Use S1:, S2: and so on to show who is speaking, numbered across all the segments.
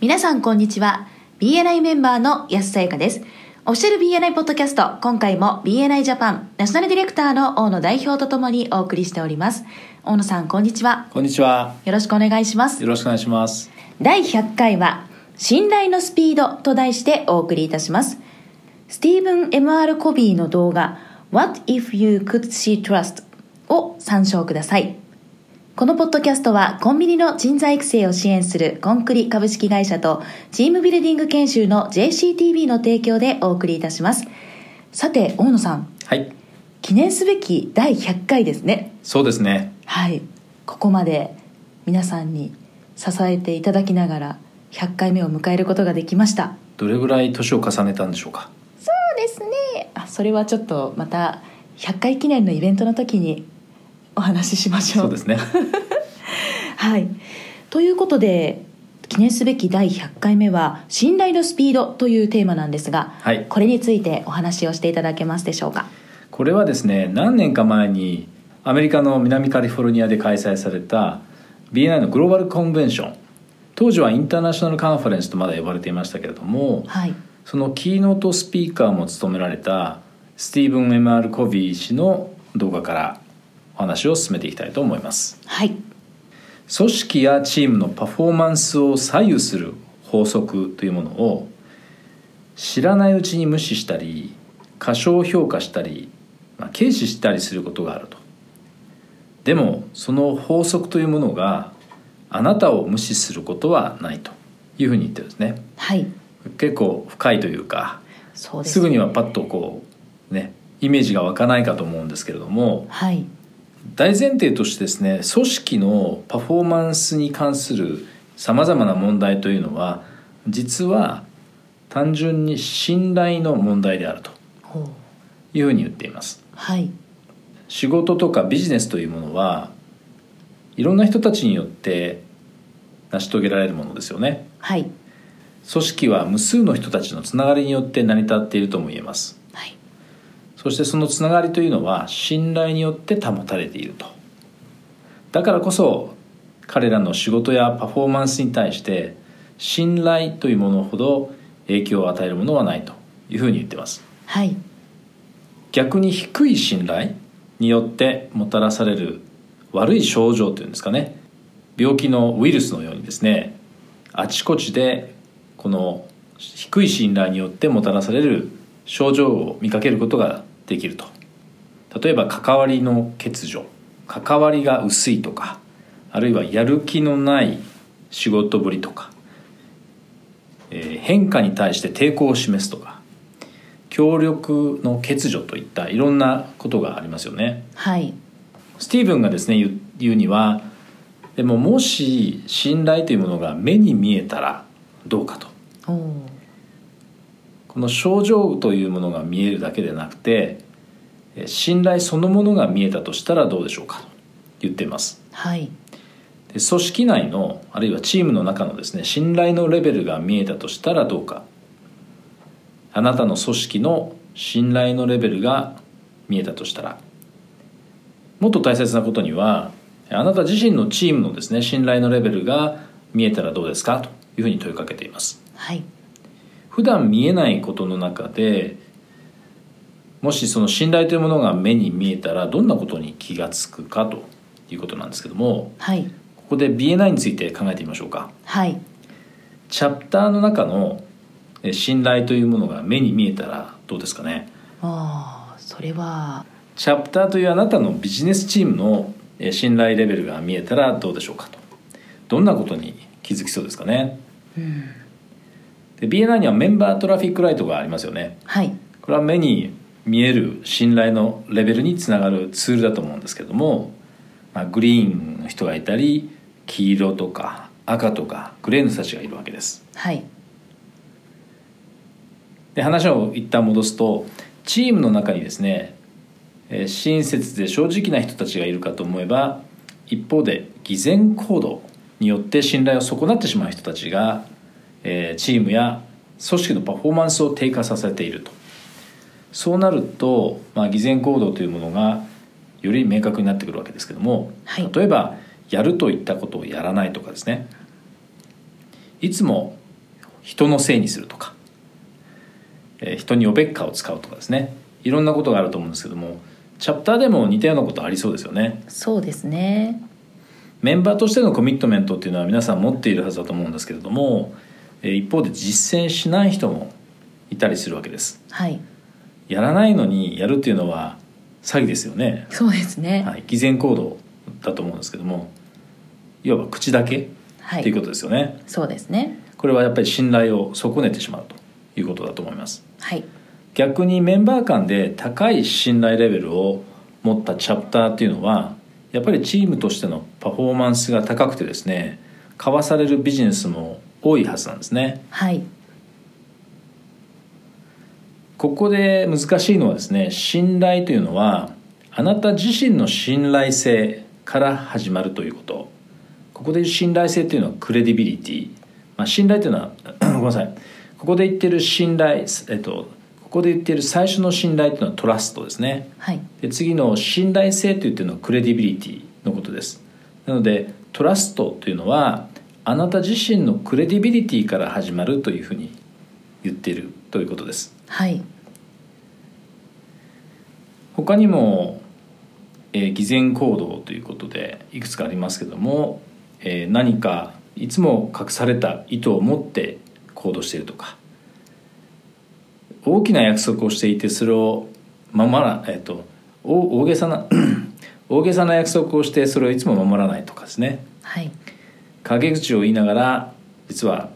S1: 皆さんこんにちは BNI メンバーの安さやかですオフィシャル BNI ポッドキャスト今回も BNI ジャパンナショナルディレクターの大野代表とともにお送りしております大野さんこんにちは
S2: こんにちは。
S1: よろしくお願いします
S2: よろしくお願いします。
S1: 第100回は信頼のスピードと題してお送りいたしますスティーブン・ M.R. コビーの動画 What if you could see trust を参照くださいこのポッドキャストはコンビニの人材育成を支援するコンクリ株式会社とチームビルディング研修の JCTV の提供でお送りいたしますさて大野さん
S2: はい。
S1: 記念すべき第100回ですね
S2: そうですね。
S1: はい、ここまで皆さんに支えていただきながら100回目を迎えることができました
S2: どれぐらい年を重ねたんでしょうか。
S1: そうですねあそれはちょっとまた100回記念のイベントの時にお話ししましょう
S2: そうですね。
S1: はい、ということで記念すべき第100回目は「信頼のスピード」というテーマなんですが、
S2: はい
S1: これについてお話をしていただけますでしょうか
S2: これはですね、何年か前にアメリカの南カリフォルニアで開催された BNI のグローバルコンベンション。当時はインターナショナルカンファレンスとまだ呼ばれていましたけれども、
S1: はい
S2: そのキーノートスピーカーも務められたスティーブン・ M.R. コビー氏の動画からお話を進めていきたいと思います。
S1: はい
S2: 組織やチームのパフォーマンスを左右する法則というものを知らないうちに無視したり過小評価したり、まあ、軽視したりすることがあるとでもその法則というものがあなたを無視することはないというふうに言ってるんですね
S1: はい
S2: 結構深いというか
S1: そうです
S2: すぐにはパッとこうねイメージが湧かないかと思うんですけれども
S1: はい
S2: 大前提としてですね組織のパフォーマンスに関するさまざまな問題というのは実は単純に信頼の問題であると
S1: ほう
S2: いうふうに言っています
S1: はい
S2: 仕事とかビジネスというものはいろんな人たちによって成し遂げられるものですよね
S1: はい
S2: 組織は無数の人たちのつながりによって成り立っているとも言えます
S1: はい
S2: そしてそのつながりというのは信頼によって保たれているとだからこそ彼らの仕事やパフォーマンスに対して信頼というものほど影響を与えるものはないというふうに言ってます
S1: はい
S2: 逆に低い信頼によってもたらされる悪い症状というんですかね病気のウイルスのようにですねあちこちでこの低い信頼によってもたらされる症状を見かけることができると例えば関わりの欠如関わりが薄いとかあるいはやる気のない仕事ぶりとか、えー変化に対して抵抗を示すとか協力の欠如といったいろんなことがありますよね。
S1: はい
S2: スティーブンがですね言う言うにはでももし信頼というものが目に見えたらどうかと
S1: おお
S2: この症状というものが見えるだけでなくてえ信頼そのものが見えたとしたらどうでしょうかと言っています。
S1: はい
S2: で組織内のあるいはチームの中のですね信頼のレベルが見えたとしたらどうかあなたの組織の信頼のレベルが見えたとしたらもっと大切なことにはあなた自身のチームのですね信頼のレベルが見えたらどうですかというふうに問いかけています
S1: はい
S2: 普段見えないことの中でもしその信頼というものが目に見えたらどんなことに気がつくかということなんですけども
S1: はい
S2: ここで BNI について考えてみましょうか
S1: はい
S2: チャプターの中のえー信頼というものが目に見えたらどうですかね
S1: ああそれは
S2: チャプターというあなたのビジネスチームのえー信頼レベルが見えたらどうでしょうかとどんなことに気づきそうですかね
S1: うん
S2: で BNI にはメンバートラフィックライトがありますよね
S1: はい
S2: これは目に見える信頼のレベルにつながるツールだと思うんですけども、まあ、グリーンの人がいたり黄色とか赤とかグレーの人たちがいるわけです
S1: はい
S2: で話を一旦戻すとチームの中にですねえー親切で正直な人たちがいるかと思えば一方で偽善行動によって信頼を損なってしまう人たちがえーチームや組織のパフォーマンスを低下させているとそうなると、まあ、偽善行動というものがより明確になってくるわけですけども、
S1: はい
S2: 例えばやるといったことをやらないとかですねいつも人のせいにするとか、えー人におべっかを使うとかですねいろんなことがあると思うんですけどもチャプターでも似たようなことありそうですよね。
S1: そうですね
S2: メンバーとしてのコミットメントっていうのは皆さん持っているはずだと思うんですけれどもえー一方で実践しない人もいたりするわけです
S1: はい
S2: やらないのにやるっていうのは詐欺ですよね、
S1: そうですね
S2: はい、偽善行動だと思うんですけどもいわば口だけ
S1: は
S2: っていうことですよね、
S1: そうですね
S2: これはやっぱり信頼を損ねてしまうということだと思います
S1: はい
S2: 逆にメンバー間で高い信頼レベルを持ったチャプターっていうのはやっぱりチームとしてのパフォーマンスが高くてですね交わされるビジネスも多いはずなんですね
S1: はい
S2: ここで難しいのはですね信頼というのはあなた自身の信頼性から始まるということここで言う信頼性っていうのはクレディビリティ、まあ、信頼というのは ごめんなさいここで言ってる信頼、えっと、ここで言ってる最初の信頼というのはトラストですね
S1: はい
S2: で次の信頼性と言ってるのはクレディビリティのことですなのでトラストというのはあなた自身のクレディビリティから始まるというふうに言っているということです
S1: はい
S2: 他にも、えー偽善行動ということでいくつかありますけども、えー何かいつも隠された意図を持って行動しているとか大きな約束をしていてそれを守らえっ、と大大げさな 大げさな約束をしてそれをいつも守らないとかですね
S1: はい
S2: 陰口を言いながら実は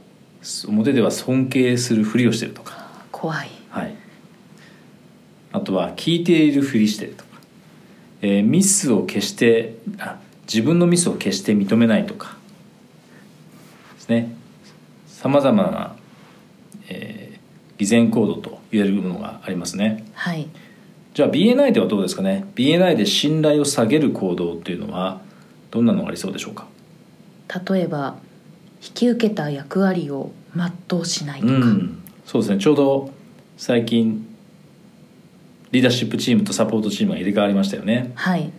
S2: 表では尊敬するふりをしているとか
S1: 怖い
S2: はい、あとは聞いているふりしてるとか、えーミスを決してあ自分のミスを決して認めないとかですねさまざまな、えー偽善行動と言えるものがありますね
S1: はい
S2: じゃあ BNI ではどうですかね BNI で信頼を下げる行動っていうのはどんなのがありそうでしょうか
S1: 例えば引き受けた役割を全うしないと
S2: う
S1: か、
S2: ん、そうですねちょうど最近リーダーシップチームとサポートチームが入れ替わりましたよね
S1: はい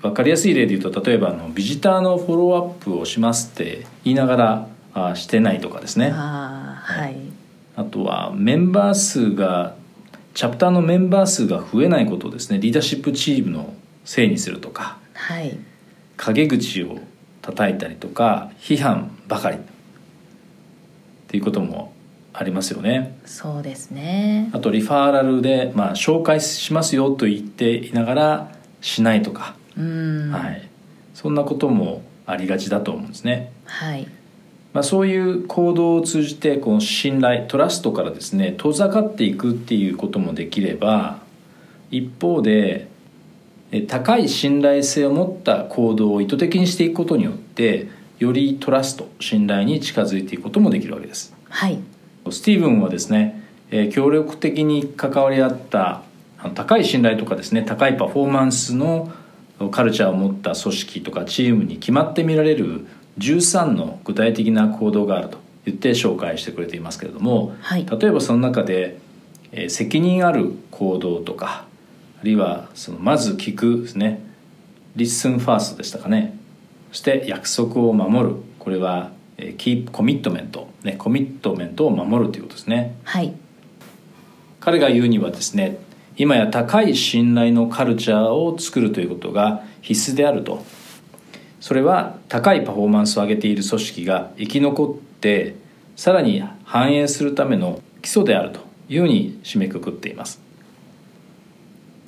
S2: 分かりやすい例で言うと例えばあのビジターのフォローアップをしますって言いながらあしてないとかですねあ
S1: ああはい
S2: とはメンバー数がチャプターのメンバー数が増えないことをですねリーダーシップチームのせいにするとか
S1: はい
S2: 陰口を叩いたりとか批判ばかりっていうこともありますよね
S1: そうですね
S2: あとリファーラルで、まあ、紹介しますよと言っていながらしないとか、
S1: うん
S2: はい、そんなこともありがちだと思うんですね。
S1: はい
S2: まあ、そういう行動を通じてこの信頼トラストからですね遠ざかっていくっていうこともできれば一方でえ高い信頼性を持った行動を意図的にしていくことによってよりトラスト信頼に近づいていくこともできるわけです。
S1: はい
S2: スティーブンはですね、えー協力的に関わり合ったあの高い信頼とかですね高いパフォーマンスのカルチャーを持った組織とかチームに決まって見られる13の具体的な行動があると言って紹介してくれていますけれども、
S1: はい
S2: 例えばその中で、えー責任ある行動とかあるいはそのまず聞くですねリッスンファーストでしたかねそして約束を守るこれはキープコミットメントねコミットメントを守るということですね
S1: はい
S2: 彼が言うにはですね今や高い信頼のカルチャーを作るということが必須であるとそれは高いパフォーマンスを上げている組織が生き残ってさらに繁栄するための基礎であるというふうに締めくくっています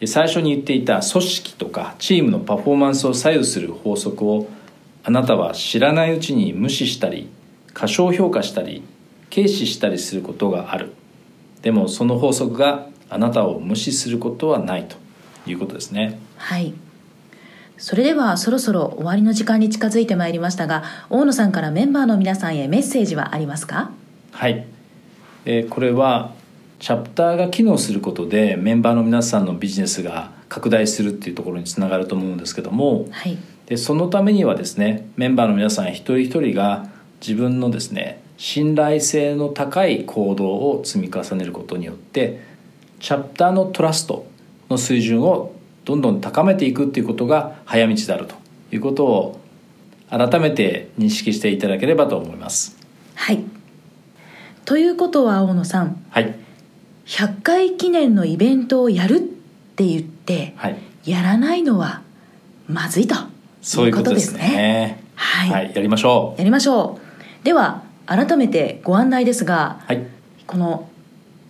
S2: で最初に言っていた組織とかチームのパフォーマンスを左右する法則をあなたは知らないうちに無視したり過小評価したり軽視したりすることがあるでもその法則があなたを無視することはないということですね
S1: はいそれではそろそろ終わりの時間に近づいてまいりましたが大野さんからメンバーの皆さんへメッセージはありますか
S2: はい、えーこれはチャプターが機能することでメンバーの皆さんのビジネスが拡大するっていうところにつながると思うんですけども、
S1: はい
S2: でそのためにはですねメンバーの皆さん一人一人が自分のですね信頼性の高い行動を積み重ねることによってチャプターのトラストの水準をどんどん高めていくっていうことが早道であるということを改めて認識していただければと思います。
S1: はいということは青野さん
S2: はい
S1: 100回記念のイベントをやるって言って、
S2: はい
S1: やらないのはまずいと
S2: そ
S1: い
S2: ういうう
S1: こ
S2: ことと
S1: で
S2: ですす
S1: ね
S2: ね
S1: はい、
S2: はい、やりましょ
S1: やりましょうでは改めてご案内ですが
S2: うはい
S1: この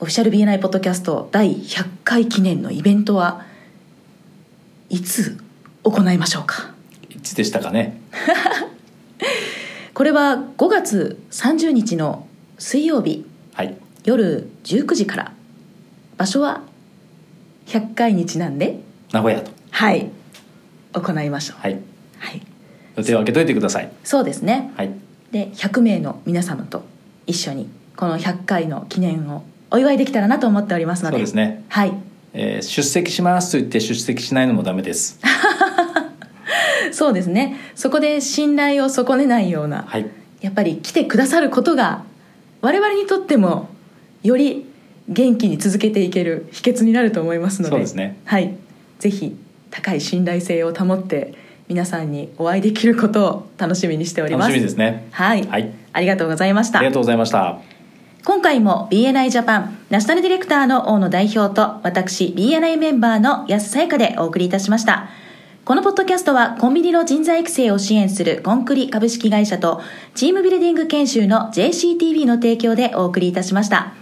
S1: オフィシャル BNI ポッドキャスト第100回記念のイベントはいつ行いましょうか
S2: いつでしたかね
S1: これは5月30日の水曜日
S2: はい
S1: 夜19時から場所は100回にちなんで
S2: 名古屋と
S1: はい行いましょう
S2: はい
S1: はい
S2: 予定を開けといてください
S1: そうですね
S2: はい
S1: で100名の皆様と一緒にこの100回の記念をお祝いできたらなと思っておりますの
S2: そ
S1: で
S2: うですね、
S1: はい
S2: えー出席しますと言って出席しないのもダメです
S1: そうですねそこで信頼を損ねないような、
S2: はい
S1: やっぱり来てくださることが我々にとってもより元気に続けていける秘訣になると思いますので
S2: そうですね
S1: はい、ぜひ高い信頼性を保って皆さんにお会いできることを楽しみにしておりま
S2: 楽
S1: す
S2: しみですね
S1: はい、
S2: はい
S1: ありがとうございまし
S2: あ
S1: た
S2: りがとうございました
S1: 今回も BNI ジャパンナショナルディレクターの大野代表と私 BNI メンバーの安さやかでお送りいたしましたこのポッドキャストはコンビニの人材育成を支援するコンクリ株式会社とチームビルディング研修の JCTV の提供でお送りいたしました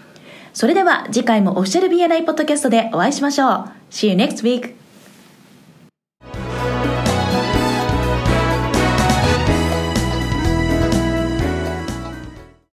S1: それでは次回もオフィシャル BNI ポッドキャストでお会いしましょう See you next week!